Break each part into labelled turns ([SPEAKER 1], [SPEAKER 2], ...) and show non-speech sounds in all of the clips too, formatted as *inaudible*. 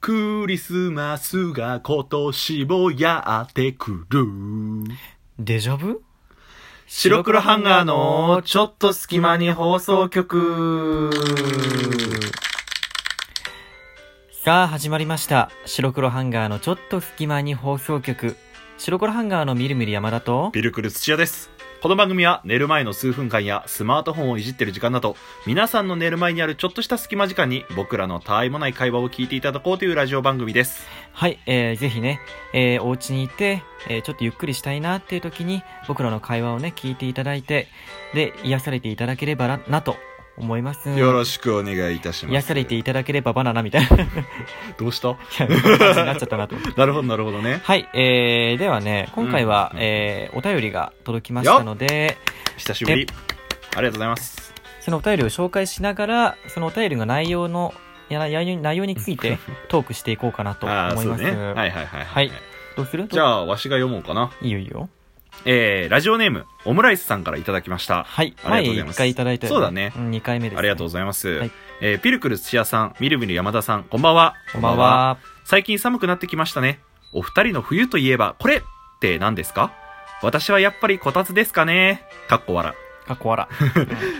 [SPEAKER 1] クリスマスが今年もやってくる。
[SPEAKER 2] デジャブ
[SPEAKER 1] 白黒ハンガーのちょっと隙間に放送局。
[SPEAKER 2] さあ始まりました白黒ハンガーのちょっと隙間に放送局白黒ハンガーのみるみる山田と
[SPEAKER 1] ビルクル土屋です。この番組は寝る前の数分間やスマートフォンをいじってる時間など、皆さんの寝る前にあるちょっとした隙間時間に僕らのたわいもない会話を聞いていただこうというラジオ番組です。
[SPEAKER 2] はい、えー、ぜひね、えー、お家にいて、えー、ちょっとゆっくりしたいなっていう時に僕らの会話をね聞いていただいてで癒されていただければななと思います
[SPEAKER 3] よろしくお願いいたします。
[SPEAKER 2] 癒されていただければバナナみたいな *laughs* い
[SPEAKER 1] どうした
[SPEAKER 2] やこんな感じになっちゃったなと思って
[SPEAKER 1] なるほど、なるほどね。
[SPEAKER 2] はい、えー、ではね今回は、
[SPEAKER 1] うん
[SPEAKER 2] えー、お便りが届きましたので
[SPEAKER 1] 久しぶり。ありがとうございます。
[SPEAKER 2] そのお便りを紹介しながらそのお便りの内容のやな内容内容につ
[SPEAKER 1] *laughs*
[SPEAKER 2] いてトークしていこうかなと
[SPEAKER 1] ああー、
[SPEAKER 2] 思い
[SPEAKER 1] そう
[SPEAKER 2] ます、
[SPEAKER 1] ね。はいはいはいはい。
[SPEAKER 2] はいどうする
[SPEAKER 1] じゃあ、わしが読もうかな。
[SPEAKER 2] いいよいいよ
[SPEAKER 1] えー、ラジオネーム、オムライスさんからいただきました。
[SPEAKER 2] はい
[SPEAKER 1] あ
[SPEAKER 2] 前
[SPEAKER 1] りがとうございます
[SPEAKER 2] 1回いただいたよ
[SPEAKER 1] そうだね
[SPEAKER 2] ん、2回目です、
[SPEAKER 1] ありがとうございます。
[SPEAKER 2] はい
[SPEAKER 1] えー、ピルクル土屋さん、みるみる山田さん、こんばんは。
[SPEAKER 2] こんばん。は。
[SPEAKER 1] 最近寒くなってきましたね。お二人の冬といえば、これって何ですか私はやっぱりこたつですかね。かっこわら。
[SPEAKER 2] かっこわら。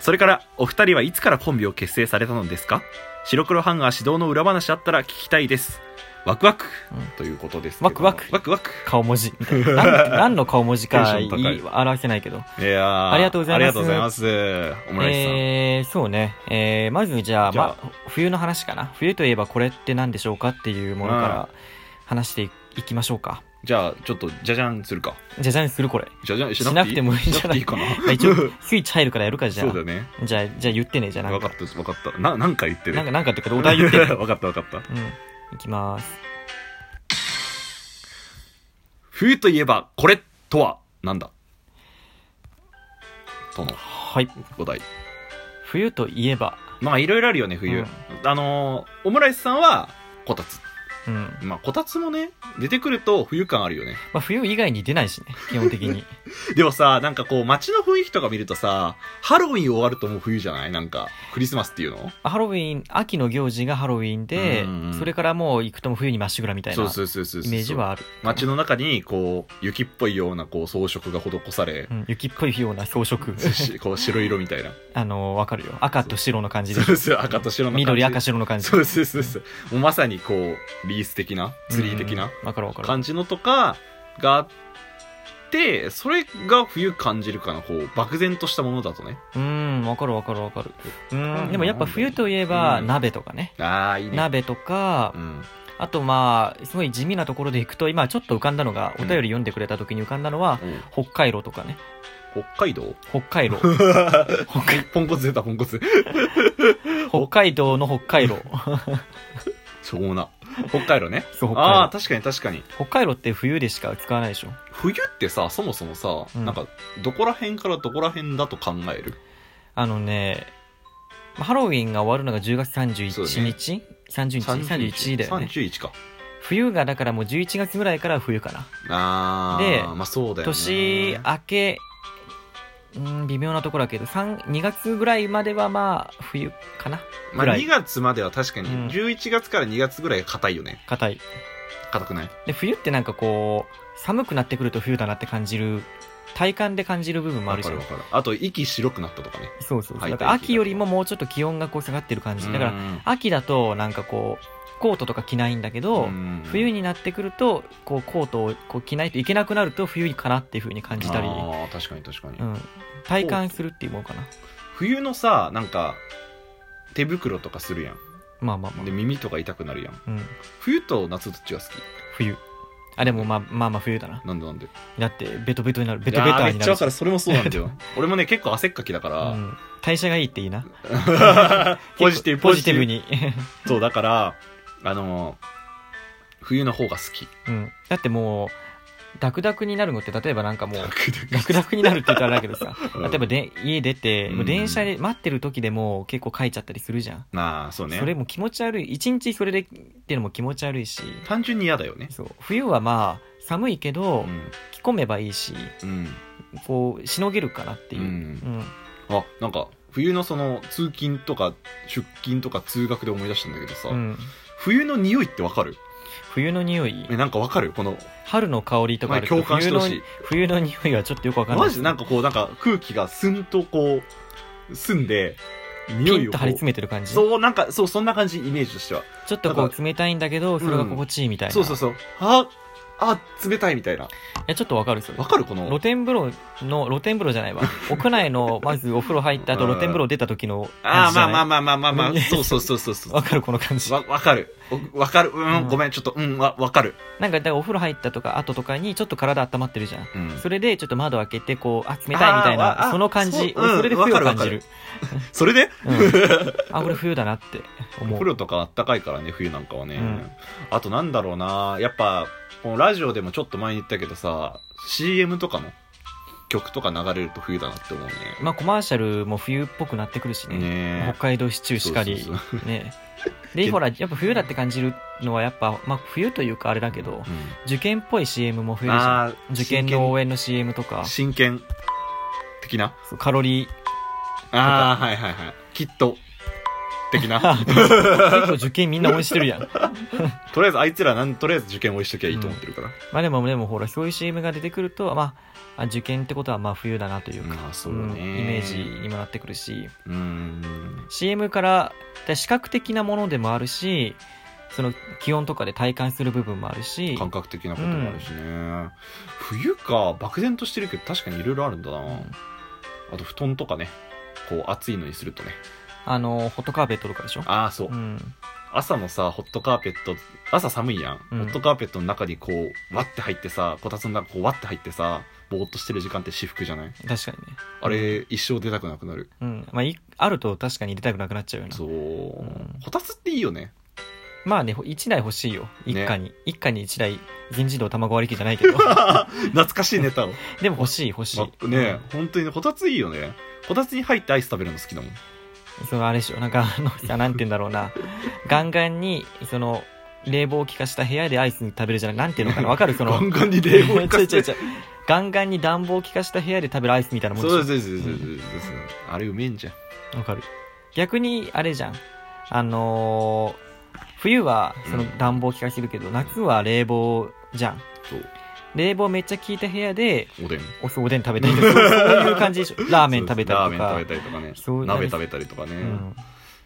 [SPEAKER 1] それから、お二人はいつからコンビを結成されたのですか白黒ハンガー指導の裏話あったら聞きたいです。ワクワク、
[SPEAKER 2] うん
[SPEAKER 1] ということですけど
[SPEAKER 2] ワクワク
[SPEAKER 1] ワクワク。
[SPEAKER 2] 顔
[SPEAKER 1] *laughs*
[SPEAKER 2] 文字。なん何の顔文字
[SPEAKER 1] テ
[SPEAKER 2] か
[SPEAKER 1] ンション
[SPEAKER 2] 言
[SPEAKER 1] 高い
[SPEAKER 2] い表せないけど。
[SPEAKER 1] いやー
[SPEAKER 2] ありがとうござ
[SPEAKER 1] あ
[SPEAKER 2] います
[SPEAKER 1] りがとうございます。オムライスさん。
[SPEAKER 2] えー、そうね。えー、まずじゃあ、
[SPEAKER 1] じゃあ
[SPEAKER 2] まあ、冬の話かな。冬といえばこれって何でしょうかっていうものから話していいきましょうか。
[SPEAKER 1] じゃあ、ちょっと、じゃじゃんするか。
[SPEAKER 2] じゃじゃんするこれ。
[SPEAKER 1] じゃじゃんし
[SPEAKER 2] しな
[SPEAKER 1] なくて
[SPEAKER 2] くて
[SPEAKER 1] いい
[SPEAKER 2] もいいんじゃな
[SPEAKER 1] しくて
[SPEAKER 2] い
[SPEAKER 1] いいか *laughs*
[SPEAKER 2] まあ
[SPEAKER 1] な。
[SPEAKER 2] *laughs* 一応、スイッチ入るからやるか、じゃ
[SPEAKER 1] そうだ
[SPEAKER 2] あ。
[SPEAKER 1] ね。
[SPEAKER 2] じゃあ、じゃあ言ってね、じゃあな
[SPEAKER 1] 分
[SPEAKER 2] ん
[SPEAKER 1] か
[SPEAKER 2] か
[SPEAKER 1] っ。た、分かった。な、なんか言ってる。
[SPEAKER 2] なんか、なんかってか、お題
[SPEAKER 1] *laughs*
[SPEAKER 2] 言ってる。
[SPEAKER 1] 分かった、分かった。
[SPEAKER 2] うん。いきます。
[SPEAKER 1] 冬といえば、これとは、なんだとの
[SPEAKER 2] はい。
[SPEAKER 1] お題。
[SPEAKER 2] 冬といえば、
[SPEAKER 1] まあ、いろいろあるよね、冬。
[SPEAKER 2] うん
[SPEAKER 1] あのー、オムライスさんは、こたつ。
[SPEAKER 2] うん。ま
[SPEAKER 1] まあ、こたつもね、出てくると冬感あるよね。
[SPEAKER 2] あ、冬以外に出ないしね、基本的
[SPEAKER 1] *laughs*
[SPEAKER 2] に。
[SPEAKER 1] でもさ、なんかこう、街の雰囲気とか見るとさ、ハロウィン終わるともう冬じゃないなんか、クリスマスっていうの
[SPEAKER 2] ハロウィン秋の行事がハロウィンで、
[SPEAKER 1] うんうん
[SPEAKER 2] それからもう行くとも冬にまっしぐらみたいな
[SPEAKER 1] そう
[SPEAKER 2] イ
[SPEAKER 1] そうそうそうそう。
[SPEAKER 2] メージはある
[SPEAKER 1] 街の中にこう雪っぽいようなこう装飾が施され
[SPEAKER 2] う、ん、雪っぽいような装飾
[SPEAKER 1] しこう白色みたいな
[SPEAKER 2] *laughs* あのわかるよ赤と白の感じで
[SPEAKER 1] そうそう *laughs* 赤と白の感じ
[SPEAKER 2] 緑赤白の感じ
[SPEAKER 1] そうそうそうそうもうまさにこうリース的なツリー的
[SPEAKER 2] うん
[SPEAKER 1] な
[SPEAKER 2] うんわかるわかる
[SPEAKER 1] 感じのとかがあってそれが冬感じるかなこう漠然としたものだとね
[SPEAKER 2] うんわかるわかるわかるうんでもやっぱ冬といえ
[SPEAKER 1] う
[SPEAKER 2] ば
[SPEAKER 1] ん
[SPEAKER 2] 鍋とかね、
[SPEAKER 1] ああいいね
[SPEAKER 2] 鍋とか、
[SPEAKER 1] うん
[SPEAKER 2] あとまあすごい地味なところで行くと今ちょっと浮かんだのがお便り読んでくれた時に浮かんだのは、
[SPEAKER 1] うん
[SPEAKER 2] 北海道とかね
[SPEAKER 1] 北海道 *laughs*
[SPEAKER 2] 北海道
[SPEAKER 1] ポンコツ出たポンコツ *laughs*
[SPEAKER 2] 北海道の北海道
[SPEAKER 1] しょうもな北海道ね
[SPEAKER 2] そう北
[SPEAKER 1] ああ
[SPEAKER 2] 海道
[SPEAKER 1] 確かに確かに
[SPEAKER 2] 北海道って冬でしか使わないでしょ
[SPEAKER 1] 冬ってさそもそもさ、
[SPEAKER 2] うん
[SPEAKER 1] なんかどこら辺からどこら辺だと考える
[SPEAKER 2] あのね、まあハロウィンが終わるのが10月
[SPEAKER 1] そうだ
[SPEAKER 2] 31
[SPEAKER 1] ね
[SPEAKER 2] 日、?30 日 ?31 日だよね。
[SPEAKER 1] 31か
[SPEAKER 2] 冬がだからもう11月ぐらいから冬かな。
[SPEAKER 1] あー
[SPEAKER 2] で
[SPEAKER 1] まあそうだよね
[SPEAKER 2] 年明け、うん、微妙なところだけど、3、2月ぐらいまではまあ冬かな。
[SPEAKER 1] ま
[SPEAKER 2] ぐら
[SPEAKER 1] あ、
[SPEAKER 2] い
[SPEAKER 1] 2月までは確かに
[SPEAKER 2] うん
[SPEAKER 1] 11月から2月ぐらいが硬いよね
[SPEAKER 2] 硬い。
[SPEAKER 1] 硬くない
[SPEAKER 2] で、冬ってなんかこう、寒くなってくると冬だなって感じる、体感で感じる部分もあ
[SPEAKER 1] わ
[SPEAKER 2] るじ
[SPEAKER 1] か
[SPEAKER 2] ゃ
[SPEAKER 1] る
[SPEAKER 2] ん
[SPEAKER 1] わ。かるあと息白くなったとかね
[SPEAKER 2] そうそうそう。
[SPEAKER 1] はい
[SPEAKER 2] だから秋よりももうちょっと気温がこう下がってる感じ。だから秋だとなんかこう、コートとか着ないんだけど、冬
[SPEAKER 1] に
[SPEAKER 2] になってくるとこうコートをこう着ないといけなくなると冬かなっていう風に感じたり、う
[SPEAKER 1] ああ確かに確かに、
[SPEAKER 2] ん、体感するっていうものかな
[SPEAKER 1] 冬のさなんか手袋とかするやん
[SPEAKER 2] まあまあまあ、
[SPEAKER 1] で耳とか痛くなるやん
[SPEAKER 2] うん、
[SPEAKER 1] 冬と夏どっちが好き
[SPEAKER 2] 冬あでもまあまあまあ冬だな
[SPEAKER 1] なんでなんで
[SPEAKER 2] だってベトベトになるベ
[SPEAKER 1] ベ
[SPEAKER 2] トベターに
[SPEAKER 1] めっ
[SPEAKER 2] な
[SPEAKER 1] ちゃ
[SPEAKER 2] る
[SPEAKER 1] わかるそれもそうなんだ
[SPEAKER 2] *laughs*
[SPEAKER 1] よ俺もね結構汗っかきだか
[SPEAKER 2] う
[SPEAKER 1] ら、
[SPEAKER 2] ん、代謝がいいっていいな
[SPEAKER 1] *laughs* ポジティ
[SPEAKER 2] 結
[SPEAKER 1] ブ
[SPEAKER 2] 構ポジティブ
[SPEAKER 1] に
[SPEAKER 2] に、 *laughs*
[SPEAKER 1] そうだからあの冬の方が好
[SPEAKER 2] *laughs*
[SPEAKER 1] き
[SPEAKER 2] うん、だってもうダクダクになるのって例えばなんか
[SPEAKER 1] *laughs*
[SPEAKER 2] もうダ
[SPEAKER 1] 楽
[SPEAKER 2] クダクになるって言ったらあれだけどさ
[SPEAKER 1] うん
[SPEAKER 2] 例えばで家出て、もう電車
[SPEAKER 1] うん
[SPEAKER 2] で待ってる時でも結構書いちゃったりするじゃん
[SPEAKER 1] まあそうね
[SPEAKER 2] それも気持ち悪い一日それでっていうのも気持ち悪いし
[SPEAKER 1] 単純に嫌だよね
[SPEAKER 2] そう冬はまあ寒いけど、
[SPEAKER 1] うん、
[SPEAKER 2] 着込めばいいし
[SPEAKER 1] うん、
[SPEAKER 2] こうしのげるかなっていう、
[SPEAKER 1] う
[SPEAKER 2] うんん
[SPEAKER 1] あなんか冬のその通勤とか出勤とか通学で思い出したんだけどさ、
[SPEAKER 2] うん
[SPEAKER 1] 冬の匂いってわかる
[SPEAKER 2] 冬の匂い
[SPEAKER 1] えなんかわかるこの
[SPEAKER 2] 春の香りとかあるけど
[SPEAKER 1] 共感して
[SPEAKER 2] 冬の
[SPEAKER 1] ほしい
[SPEAKER 2] 冬の匂いはちょっとよくわかんない
[SPEAKER 1] マジでなんかこうなんか空気がスンとこう澄んで
[SPEAKER 2] ピ
[SPEAKER 1] 匂い
[SPEAKER 2] ン
[SPEAKER 1] を
[SPEAKER 2] と
[SPEAKER 1] こ
[SPEAKER 2] 張り
[SPEAKER 1] う
[SPEAKER 2] 詰めてる感じちょ
[SPEAKER 1] そうなんかそうそんな感じイメージとしては
[SPEAKER 2] っとこ
[SPEAKER 1] なん
[SPEAKER 2] う冷たいんだけどそれが心地いいみたいな、
[SPEAKER 1] そうそうそうああ冷たいみたいない
[SPEAKER 2] やちょっとわかるそれ
[SPEAKER 1] わかるこの
[SPEAKER 2] 露天風呂の露天風呂じゃな
[SPEAKER 1] *laughs*
[SPEAKER 2] いわ屋内のまずお風呂入った
[SPEAKER 1] う
[SPEAKER 2] 後
[SPEAKER 1] ん
[SPEAKER 2] 露天風呂出た時の
[SPEAKER 1] あ
[SPEAKER 2] 感
[SPEAKER 1] あ
[SPEAKER 2] じじ
[SPEAKER 1] ま
[SPEAKER 2] ゃ
[SPEAKER 1] あ
[SPEAKER 2] ない
[SPEAKER 1] まあまあまあまあまあ、
[SPEAKER 2] *laughs* うん
[SPEAKER 1] そうそうそうそうそ
[SPEAKER 2] わかるこの感じ
[SPEAKER 1] うわわかるおわかるうん、
[SPEAKER 2] うん
[SPEAKER 1] ごめんちょっとうんわわかる
[SPEAKER 2] なんかだからお風呂入ったとか後とかにちょっと体温まってるじゃん
[SPEAKER 1] うん
[SPEAKER 2] それでちょっと窓開けてこうあ冷たいみたい
[SPEAKER 1] あーわ
[SPEAKER 2] な
[SPEAKER 1] あ
[SPEAKER 2] その感じ
[SPEAKER 1] そ
[SPEAKER 2] そう
[SPEAKER 1] うん
[SPEAKER 2] れで冬を感じる
[SPEAKER 1] *laughs* それで、
[SPEAKER 2] うんあこれ冬だなって
[SPEAKER 1] お
[SPEAKER 2] 思
[SPEAKER 1] 風
[SPEAKER 2] う
[SPEAKER 1] 呂とかあったかいからね冬なんかはね、
[SPEAKER 2] うん
[SPEAKER 1] あとなんだろうなやっぱこのラジオでもちょっと前に言ったけどさ CM とかの曲とか流れると冬だなって思うね
[SPEAKER 2] まあコマーシャルも冬っぽくなってくるしね
[SPEAKER 1] ね
[SPEAKER 2] 北海道シチューしかり
[SPEAKER 1] そうそう
[SPEAKER 2] ねでほらやっぱ冬だって感じるのはやっぱ、まあ、冬というかあれだけど受験っぽい CM も
[SPEAKER 1] うん
[SPEAKER 2] 増えるじゃん
[SPEAKER 1] あー
[SPEAKER 2] 受験の応援の CM とか
[SPEAKER 1] 真剣真剣的な
[SPEAKER 2] そうカロ
[SPEAKER 1] *laughs*
[SPEAKER 2] リー
[SPEAKER 1] ああはいはいはいきっと的
[SPEAKER 2] *laughs*
[SPEAKER 1] な
[SPEAKER 2] 結構受験みんな応援してるやんま
[SPEAKER 1] とりあえずあいつらなんとりあえず受験をしときゃいいと思ってるから、
[SPEAKER 2] あでもでもほらそういう CM が出てくるとまああ受験ってことはまあ冬だなというか、
[SPEAKER 1] まあそうだね
[SPEAKER 2] んイメージにもなってくるし
[SPEAKER 1] うーん
[SPEAKER 2] CM からで視覚的なものでもあるしその気温とかで体感する部分もあるし
[SPEAKER 1] 感覚的なこともあるしね、冬か漠然としてるけど確かにいろいろあるんだな、
[SPEAKER 2] うん
[SPEAKER 1] あと布団とかねこう暑いのにするとね
[SPEAKER 2] あのホットカーペットとかでしょ
[SPEAKER 1] ああそう、
[SPEAKER 2] うん
[SPEAKER 1] 朝のさホットカーペット朝寒いやん、
[SPEAKER 2] うん
[SPEAKER 1] ホットカーペットの中にこうわって入ってさこたつの中こうわって入ってさぼーっとしてる時間って私服じゃない
[SPEAKER 2] 確かにね
[SPEAKER 1] あれ、一生出たくなくなる
[SPEAKER 2] うんまあ、いあると確かに出たくなくなっちゃうよな
[SPEAKER 1] そう、
[SPEAKER 2] ん
[SPEAKER 1] こたつっていいよね
[SPEAKER 2] まあね1台欲しいよ一
[SPEAKER 1] ね
[SPEAKER 2] 家に、一家に1台全自動卵割り機じゃないけ
[SPEAKER 1] *laughs*
[SPEAKER 2] ど
[SPEAKER 1] 懐かしいネタを、
[SPEAKER 2] でも欲しい欲しい、
[SPEAKER 1] ま、ね本当にねこたついいよねこたつに入ってアイス食べるの好きだもん
[SPEAKER 2] そのあれでしょなんかあのさなんて言うんだろうなガンガンにその冷房気化した部屋でアイス食べるじゃないなんていうのかなわかるその
[SPEAKER 1] ガンガンに冷房効かせ
[SPEAKER 2] 違
[SPEAKER 1] て
[SPEAKER 2] う違う違うガンガンに暖房気化した部屋で食べるアイスみたいなもんでし
[SPEAKER 1] そう
[SPEAKER 2] ょ
[SPEAKER 1] そうそうそうそうそうあれうめえんじゃん
[SPEAKER 2] わかる逆にあれじゃんあのー冬はその暖房気化してるけど、夏は冷房じゃん
[SPEAKER 1] そう
[SPEAKER 2] 冷房めっちゃ効いた部屋で
[SPEAKER 1] おでん
[SPEAKER 2] おそうおでん食べたりとかそうそういう感じでしょラーメン食べた
[SPEAKER 1] そう
[SPEAKER 2] り
[SPEAKER 1] で
[SPEAKER 2] と
[SPEAKER 1] すラーメン食
[SPEAKER 2] か
[SPEAKER 1] べたりとかね
[SPEAKER 2] そう
[SPEAKER 1] 鍋食べたりとかね、
[SPEAKER 2] うん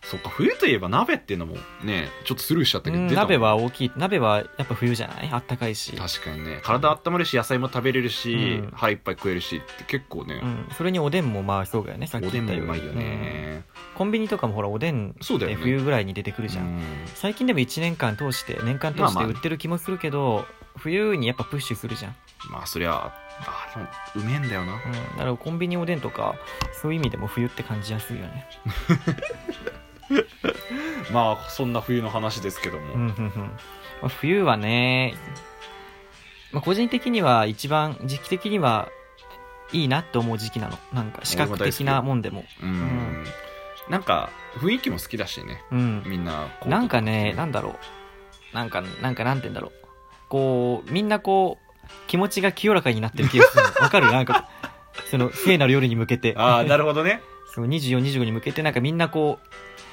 [SPEAKER 1] そっか冬といえば鍋っていうのもねちょっとスルーしちゃったけど、
[SPEAKER 2] うん
[SPEAKER 1] 出たもん
[SPEAKER 2] 鍋は大きい鍋はやっぱ冬じゃないあったかいし
[SPEAKER 1] 確かにね体温まるし野菜も食べれるし、
[SPEAKER 2] うん
[SPEAKER 1] 腹いっぱい食えるしって結構ね
[SPEAKER 2] う、ん、それにおでんもまあそうだよねさっき
[SPEAKER 1] おで
[SPEAKER 2] 言
[SPEAKER 1] んも
[SPEAKER 2] った
[SPEAKER 1] う
[SPEAKER 2] よ
[SPEAKER 1] まいよね、
[SPEAKER 2] うんコンビニとかもほらおでん
[SPEAKER 1] そうだよね
[SPEAKER 2] って冬ぐらいに出てく
[SPEAKER 1] う
[SPEAKER 2] るじゃん、
[SPEAKER 1] ん
[SPEAKER 2] 最近でも1年間通して年間通
[SPEAKER 1] まあ
[SPEAKER 2] し
[SPEAKER 1] ま
[SPEAKER 2] て
[SPEAKER 1] あ
[SPEAKER 2] 売ってる気もするけど、冬にやっぱプッシュするじゃん、
[SPEAKER 1] まあそりゃああでもうめえんだよな
[SPEAKER 2] うん、だからコンビニおでんとかそういう意味でも冬って感じやすいよね
[SPEAKER 1] まあそんな冬の話ですけども、
[SPEAKER 2] うんうんうんまあ冬はね、まあ、個人的には一番時期的にはいいなって思う時期なのなんか視覚的なもんでも
[SPEAKER 1] うんなんか雰囲気も好きだしね
[SPEAKER 2] うん
[SPEAKER 1] みんなこう
[SPEAKER 2] なんかね、なんだろう。なんか、なんか、なんて言うんだろう。こう、みんなこう、気持ちが清らかになってる気がするの。わかるなんか、その、聖なる夜に向けて。
[SPEAKER 1] ああな
[SPEAKER 2] る
[SPEAKER 1] るほどね
[SPEAKER 2] その24、25に向けて、なんかみんなこう、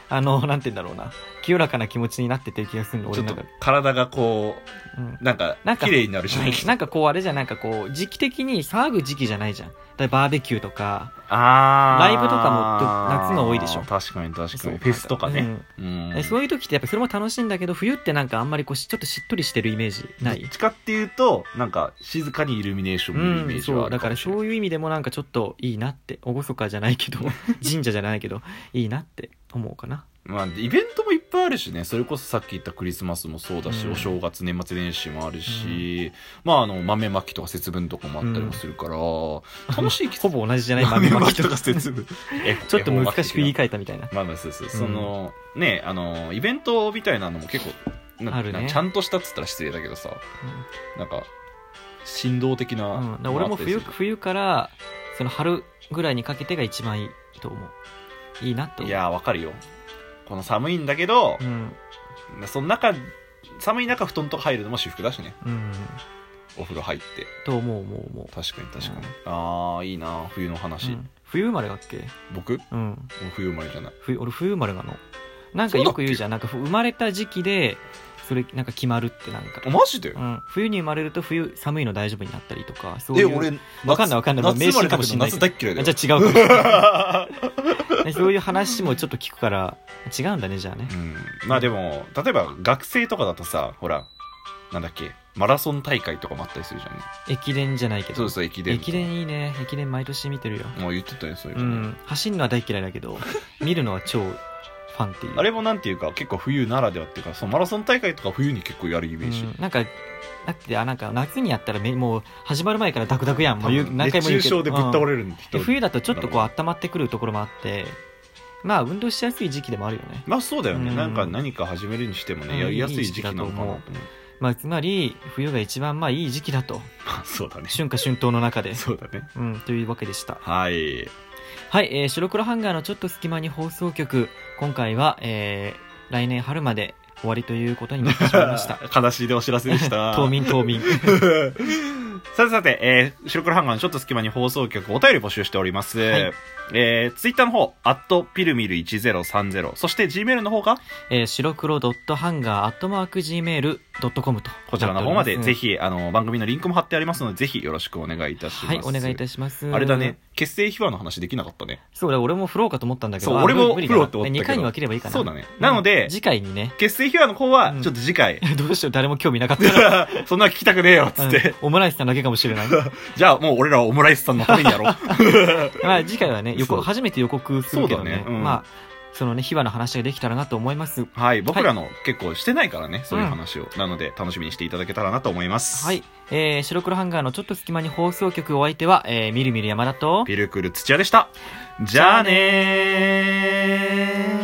[SPEAKER 2] あの、 *laughs* なんて言うんだろうな。清らかな気持ちになってってる気がするの、
[SPEAKER 1] ち
[SPEAKER 2] 俺
[SPEAKER 1] ょっ
[SPEAKER 2] の
[SPEAKER 1] と
[SPEAKER 2] 中で。
[SPEAKER 1] 体がこ
[SPEAKER 2] うん
[SPEAKER 1] うなんか
[SPEAKER 2] なんか
[SPEAKER 1] 綺麗になるじゃない
[SPEAKER 2] なんかこうあれじゃんなんかこう時期的に騒ぐ時期じゃないじゃんだからバーベキューとか
[SPEAKER 1] あー
[SPEAKER 2] ライブとかもと夏の多いでしょ
[SPEAKER 1] 確かに確か
[SPEAKER 2] そう
[SPEAKER 1] にフェスとかね、うん
[SPEAKER 2] うんえそういう時ってやっぱそれも楽しいんだけど冬ってなんかあんまりこうしちょっとしっとりしてるイメージない
[SPEAKER 1] どっちかっていうとなんか静かにイルミネーション見るイメージ
[SPEAKER 2] そ
[SPEAKER 1] はあ
[SPEAKER 2] う
[SPEAKER 1] る
[SPEAKER 2] だ
[SPEAKER 1] か
[SPEAKER 2] から
[SPEAKER 1] もしれ
[SPEAKER 2] そ
[SPEAKER 1] ないう
[SPEAKER 2] いう意味でもなんかちょっといいなって厳かじゃない
[SPEAKER 1] *laughs*
[SPEAKER 2] けど神社じゃないけどいいなって思うかな
[SPEAKER 1] まあイベントもいっぱいあるしねそれこそさっき言ったクリスマスもそうだし、
[SPEAKER 2] うん
[SPEAKER 1] お正月年末年始もあるし、まああの豆まきとか節分とかもあったりもするから、楽しい
[SPEAKER 2] ほぼ同じじゃない
[SPEAKER 1] 豆まきとか
[SPEAKER 2] ち
[SPEAKER 1] 節分 *laughs*
[SPEAKER 2] ょっと難しく言い
[SPEAKER 1] か
[SPEAKER 2] 換えたみたいな
[SPEAKER 1] まあまあそうそう、そのねあのイベントみたいなのも結構な
[SPEAKER 2] あるね
[SPEAKER 1] なちゃんとしたっつったら失礼だけどさなんか振動的な、
[SPEAKER 2] うん、うんだから俺も冬
[SPEAKER 1] あったり
[SPEAKER 2] 冬からその春ぐらいにかけてが一番いいと思ういいなっ
[SPEAKER 1] する
[SPEAKER 2] て
[SPEAKER 1] い
[SPEAKER 2] 思
[SPEAKER 1] うやーわかるよこの寒いんだけど
[SPEAKER 2] う、ん
[SPEAKER 1] その中寒い中布団とか入るのも私服だしね
[SPEAKER 2] うん
[SPEAKER 1] お風呂入って
[SPEAKER 2] と思う思う思う
[SPEAKER 1] 確かに確かに、
[SPEAKER 2] うん
[SPEAKER 1] ああいいな冬の話、
[SPEAKER 2] うん冬生まれだっけ
[SPEAKER 1] 僕もう
[SPEAKER 2] うん
[SPEAKER 1] 冬生まれじゃない
[SPEAKER 2] 冬俺冬生まれなのなんか
[SPEAKER 1] そうだ
[SPEAKER 2] よ
[SPEAKER 1] っけ
[SPEAKER 2] く言うじゃんなんかふ生まれた時期でそれなんか決まるってなんか、
[SPEAKER 1] あマジで
[SPEAKER 2] うん、冬に生まれると冬寒いの大丈夫になったりとかそうい
[SPEAKER 1] え
[SPEAKER 2] う
[SPEAKER 1] 俺
[SPEAKER 2] わかんないわかんない
[SPEAKER 1] 夏生ま
[SPEAKER 2] 迷信
[SPEAKER 1] れ
[SPEAKER 2] か
[SPEAKER 1] た
[SPEAKER 2] も
[SPEAKER 1] け
[SPEAKER 2] し
[SPEAKER 1] ど
[SPEAKER 2] れない
[SPEAKER 1] 夏大っ嫌いだ
[SPEAKER 2] あ
[SPEAKER 1] よ
[SPEAKER 2] じゃあ違うかも
[SPEAKER 1] *laughs*
[SPEAKER 2] しれない
[SPEAKER 1] ゃ
[SPEAKER 2] ねそういう話もちょっと聞くから違うんだねじゃあね
[SPEAKER 1] うんまあでも例えば学生とかだとさほらなんだっけマラソン大会とかもあったりするじゃんね
[SPEAKER 2] 駅伝じゃないけど
[SPEAKER 1] そうそう駅伝
[SPEAKER 2] 駅伝いいね駅伝毎年見てるよ
[SPEAKER 1] もう言ってたよそういう
[SPEAKER 2] う
[SPEAKER 1] のね、
[SPEAKER 2] ん走るのは大嫌い
[SPEAKER 1] *laughs*
[SPEAKER 2] だけど見るのは超ファンっていう
[SPEAKER 1] あれもなんていうか結構冬ならではっていうかそのマラソン大会とか冬に結構やるイメージ、
[SPEAKER 2] うんなんかだってあなんか夏にやったらめもう始まる前からダクダクやんもう言う何回
[SPEAKER 1] 熱
[SPEAKER 2] も言
[SPEAKER 1] 中
[SPEAKER 2] うけど
[SPEAKER 1] 症でぶっ倒れるんで
[SPEAKER 2] うんで冬
[SPEAKER 1] だ
[SPEAKER 2] だとちょっとこう温まってくるところもあってまあ運動しやすい時期でもあるよね
[SPEAKER 1] まあそうだよね、
[SPEAKER 2] うん
[SPEAKER 1] なんか何か始めるにしてもね、
[SPEAKER 2] うん
[SPEAKER 1] やりやすい時期なのかなと思う
[SPEAKER 2] まあつまり冬が一番まあいい時期だと
[SPEAKER 1] まあそう *laughs* だね
[SPEAKER 2] 春夏春冬の中で
[SPEAKER 1] そうだね
[SPEAKER 2] うんというわけでした
[SPEAKER 1] はい
[SPEAKER 2] はい、えー白黒ハンガーのちょっと隙間に放送局今回は、えー来年春まで終わりということになってしまいました
[SPEAKER 1] *laughs* 悲しいでお知らせでした
[SPEAKER 2] *laughs* 冬眠冬眠
[SPEAKER 1] *laughs* さてさて、えー、白黒ハンガーのちょっと隙間に放送局お便り募集しております。
[SPEAKER 2] はい
[SPEAKER 1] えー、ツイッターの方、アットピルミル1030、そして Gmail の方が、
[SPEAKER 2] えー白黒ドットハンガーアットマーク Gmail.com と
[SPEAKER 1] こちらの方まで、ぜ
[SPEAKER 2] ひ
[SPEAKER 1] ひ、あの、番組のリンクも貼ってありますので、ぜひよろしくお願いいたします。
[SPEAKER 2] はいお願いいたします
[SPEAKER 1] あれだね、結成秘話の話できなかったね。
[SPEAKER 2] そうだ俺も振ろうかと思ったんだけど
[SPEAKER 1] そう
[SPEAKER 2] あ
[SPEAKER 1] 俺も
[SPEAKER 2] 無理だな
[SPEAKER 1] 振ろうと思ったけど
[SPEAKER 2] ね二回に分ければいいかな
[SPEAKER 1] そうだね。なので
[SPEAKER 2] うん、次回にね *laughs*
[SPEAKER 1] 結成秘話の方は
[SPEAKER 2] う、ん
[SPEAKER 1] ちょっと次回、 *laughs*
[SPEAKER 2] どうしよう誰も興味なかったら
[SPEAKER 1] そんなの聞きたくねえよ、 *laughs* つって。
[SPEAKER 2] うんオムライスさんだけかもしれない
[SPEAKER 1] じゃあ、もう俺らはオムライスさんのためにやろう。
[SPEAKER 2] まあ次回はね予
[SPEAKER 1] そう
[SPEAKER 2] 告初めて予告するけどね
[SPEAKER 1] そうだねうん
[SPEAKER 2] まあそのね秘話の話ができたらなと思います
[SPEAKER 1] はい、僕らの結構してないからね、そういう話を。なので、楽しみにしていただけたらなと思います。
[SPEAKER 2] は。い、えー、白黒ハンガーのちょっと隙間に放送局お相手は、えー、みるみる山田と
[SPEAKER 1] ピルクル土屋でした。じゃあねー。